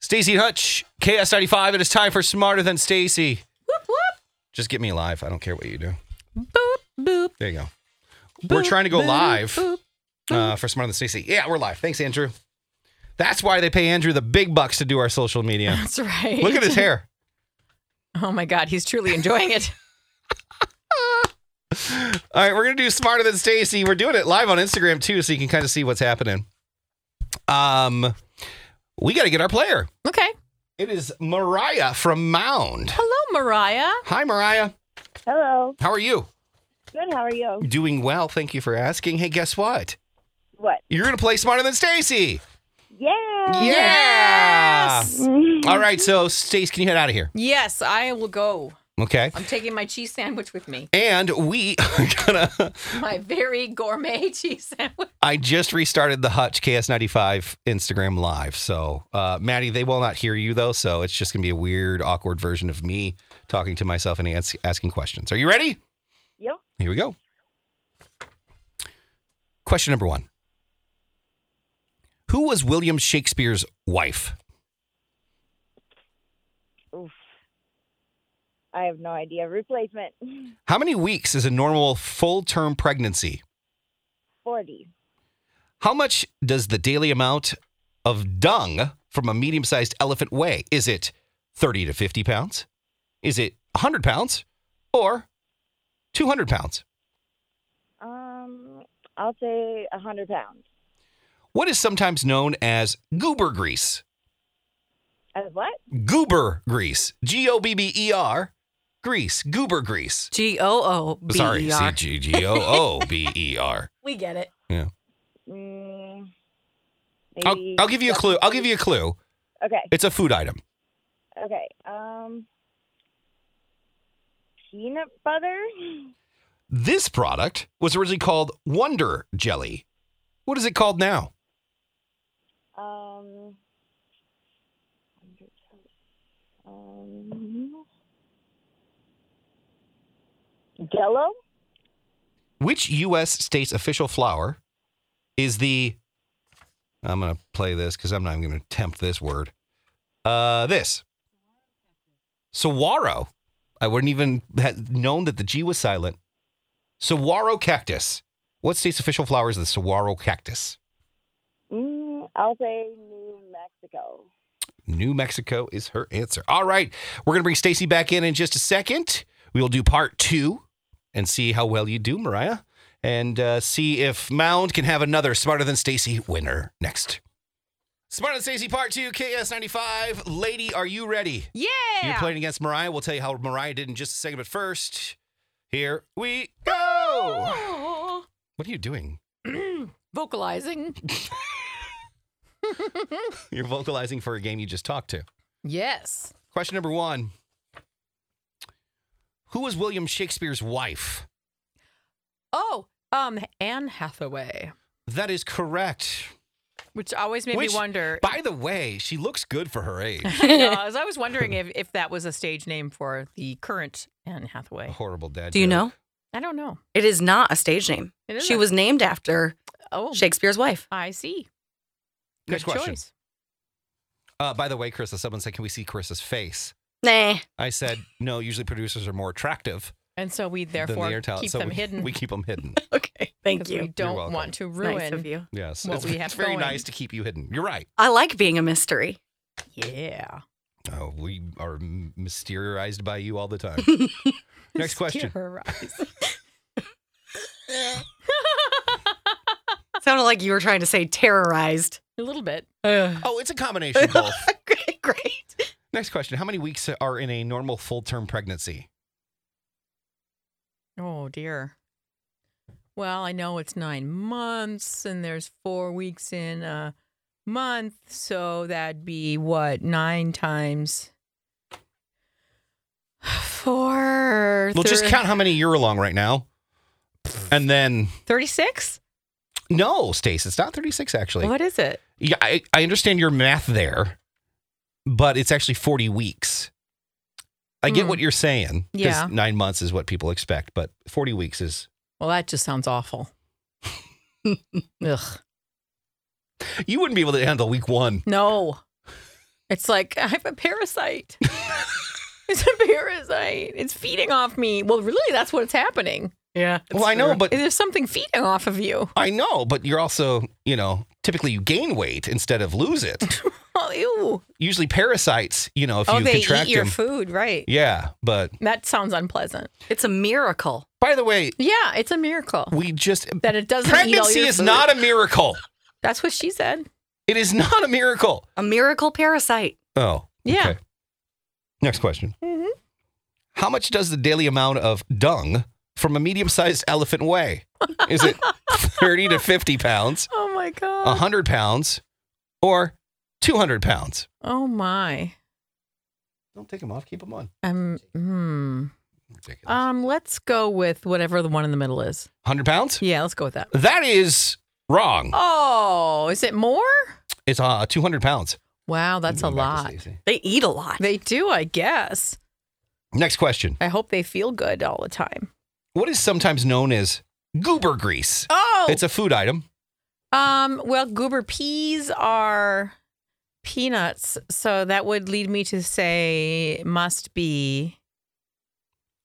Stacy Hutch, KS95. It is time for Smarter Than Stacy. Whoop whoop. Just get me live. I don't care what you do. Boop boop. There you go. We're boop, trying to go boop, live boop. uh, for Smarter Than Stacy. Yeah, we're live. Thanks, Andrew. That's why they pay Andrew the big bucks to do our social media. That's right. Look at his hair. Oh my God, he's truly enjoying it. All right, we're gonna do smarter than Stacy. We're doing it live on Instagram too, so you can kind of see what's happening. Um, we got to get our player. Okay. It is Mariah from Mound. Hello, Mariah. Hi, Mariah. Hello. How are you? Good. How are you? Doing well. Thank you for asking. Hey, guess what? What? You're gonna play smarter than Stacy. Yeah. Yeah. Yes. All right, so Stace, can you head out of here? Yes, I will go. Okay. I'm taking my cheese sandwich with me. And we are gonna. My very gourmet cheese sandwich. I just restarted the Hutch KS95 Instagram live. So, uh, Maddie, they will not hear you though. So it's just going to be a weird, awkward version of me talking to myself and ans- asking questions. Are you ready? Yep. Here we go. Question number one Who was William Shakespeare's wife? Oof. I have no idea. Replacement. How many weeks is a normal full term pregnancy? Forty. How much does the daily amount of dung from a medium sized elephant weigh? Is it 30 to 50 pounds? Is it 100 pounds or 200 pounds? Um, I'll say a hundred pounds. What is sometimes known as goober grease? As what? Goober grease. G O B B E R. Grease. Goober grease. G O O B E Sorry. C G G O O B E R. We get it. Mm, I'll, maybe- I'll give you a clue. I'll give you a clue. Okay. It's a food item. Okay. Um, peanut butter. This product was originally called Wonder Jelly. What is it called now? Um. Um. Jello. Which U.S. state's official flower is the? I'm going to play this because I'm not even going to attempt this word. Uh, this saguaro. I wouldn't even have known that the G was silent. Saguaro cactus. What state's official flower is the saguaro cactus? Mm, I'll say New Mexico. New Mexico is her answer. All right, we're going to bring Stacy back in in just a second. We will do part two and see how well you do, Mariah, and uh, see if Mound can have another smarter than Stacy winner next. Smarter than Stacy, part two, KS ninety five. Lady, are you ready? Yeah. You're playing against Mariah. We'll tell you how Mariah did in just a second. But first, here we go. Oh. What are you doing? Vocalizing. You're vocalizing for a game you just talked to. Yes. Question number one Who was William Shakespeare's wife? Oh, um, Anne Hathaway, That is correct. which always made Which- me wonder. By the way, she looks good for her age. Yeah, I was always wondering if, if that was a stage name for the current Anne A Hathaway. horrible dad. Do you joke. know? I don't know. It is not a stage name. It is She a- was named after Oh, Shakespeare's wife. I see. Good Next question. choice. Uh, by the way, Carissa, someone said, Can we see Carissa's face? Nah. I said, No, usually producers are more attractive And so we than therefore the air talent. keep so them we, hidden we keep them hidden. Okay. Thank because we you. don't welcome. want to ruin. Nice of you. Yes. What it's, we have it's very going. nice to keep you hidden. You're right. I like being a mystery. Yeah. Oh, we are m- mysterized by you all the time. Next question. Terrorize. Sounded like you were trying to say terrorized. a little bit. Oh, it's a combination of both. okay, great. Next question. How many weeks are in a normal full term pregnancy? Oh dear. Well, I know it's nine months, and there's four weeks in a month, so that'd be what nine times four. Well, just thir- count how many you're along right now. And then, Thirty-six. no, Stace, it's not 36, actually. What is it? Yeah, I, I understand your math there, but it's actually 40 weeks. I get Hmm. what you're saying. 'cause Yeah. Nine months is what people expect, but 40 weeks is. Well, that just sounds awful. Ugh. You wouldn't be able to handle week one. No. It's like I have a parasite. it's a parasite. It's feeding off me. Well, really, that's what's happening. Yeah. well, I know, but There's something feeding off of you. I know, but you're also, you know, typically you gain weight instead of lose it. Oh, ew. Usually parasites, you know, if oh, you they contract eat your them. food, right? yeah, but That sounds unpleasant. It's a miracle. by the way, Yeah, it's a miracle we just that it doesn't. eat all pregnancy your is food. not a miracle. That's what she said. It is not a miracle. A miracle parasite. Oh, Yeah. okay. Next question. Mhm. How much does the daily amount of dung from a medium-sized elephant weigh? Is it 30 to 50 pounds, Oh my god. 100 pounds, or 200 pounds? Oh my. Don't take them off. Keep them on. Um. Hmm. Ridiculous. Um. Let's go with whatever the one in the middle is. 100 pounds? Yeah. Let's go with that. That is wrong. Oh, is it more? It's uh, 200 pounds. Wow, that's a Going back to lot. Stacey. They eat a lot. They do, I guess. Next question. I hope they feel good all the time. What is sometimes known as goober grease? Oh, It's a food item. um. Well, goober peas are peanuts, so that would lead me to say must be.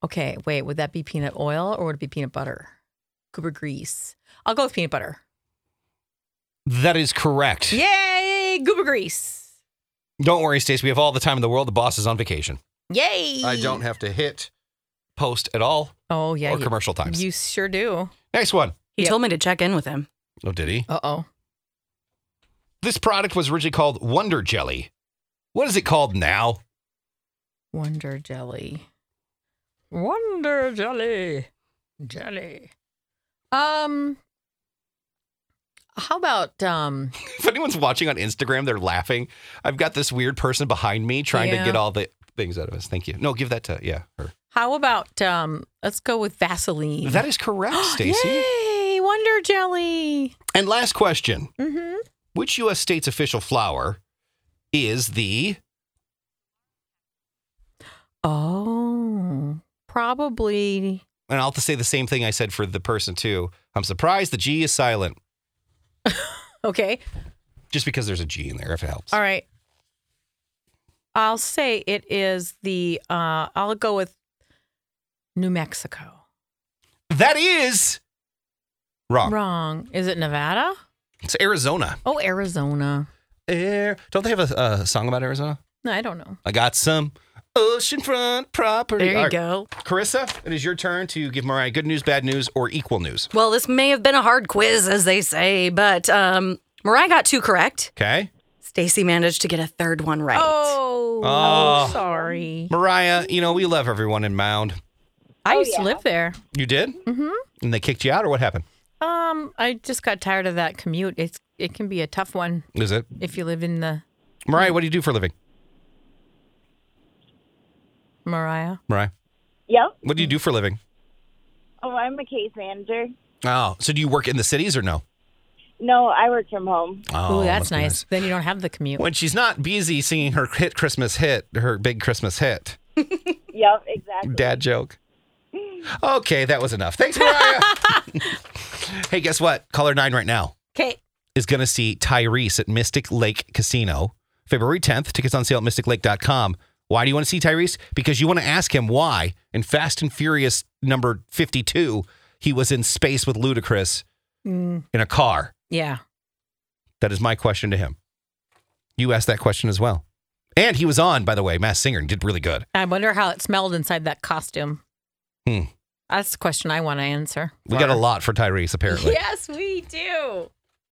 Okay, wait. Would that be peanut oil or would it be peanut butter? Goober grease. I'll go with peanut butter. That is correct. Yay, goober grease. Don't worry, Stace. We have all the time in the world. The boss is on vacation. Yay. I don't have to hit post at all Oh yeah. or you- commercial times. you sure do. Next one. He Yep. told me to check in with him. Oh, did he? Uh oh. This product was originally called Wonder Jelly. What is it called now? Wonder Jelly. Wonder Jelly. Jelly. Um how about um if anyone's watching on Instagram, they're laughing. I've got this weird person behind me trying to Yeah. get all the things out of us. Thank you. No, give that to yeah her. how about um let's go with Vaseline. That is correct, Stacy. Yay, Wonder Jelly. And last question: Mhm. Which U.S. state's official flower is the? Oh. Probably And I'll have to say the same thing I said for the person too. I'm surprised the G is silent, Okay. just because there's a G in there. If it helps. All right. I'll say it is the uh I'll go with New Mexico. That is wrong. Wrong. Is it Nevada? It's Arizona. Oh, Arizona. Air. Don't they have a, a song about Arizona? No, I don't know. I got some oceanfront property. There All you right. go. Carissa, it is your turn to give Mariah good news, bad news, or equal news. Well, this may have been a hard quiz, as they say, but um, Mariah got two correct. Okay. Stacy managed to get a third one right. Oh, Oh. sorry. Mariah, you know, we love everyone in Mound. I Oh, used to yeah. live there. You did? Mm-hmm. Mhm. And they kicked you out, or what happened? Um, I just got tired of that commute. It's it can be a tough one Is it? if you live in the Mariah, what do you do for a living? Mariah. Mariah, Yep. what do you do for a living? Oh, I'm a case manager. Oh, so do you work in the cities or no? No, I work from home. Oh, Oh, must that's be nice. Then you don't have the commute. When she's not busy singing her hit Christmas hit, her big Christmas hit. Yep, exactly. Dad joke. Okay, that was enough. Thanks, Mariah. hey, guess what? Caller nine right now. Okay. is going to see Tyrese at Mystic Lake Casino February 10th. Tickets on sale at mysticlake.com. Why do you want to see Tyrese? Because you want to ask him why in Fast and Furious number 52, he was in space with Ludacris Mm, in a car. yeah. That is my question to him. You asked that question as well. And he was on, by the way, Mass Singer and did really good. I wonder how it smelled inside that costume. Hmm. That's the question I want to answer. We got a lot for Tyrese, apparently. Yes, we do.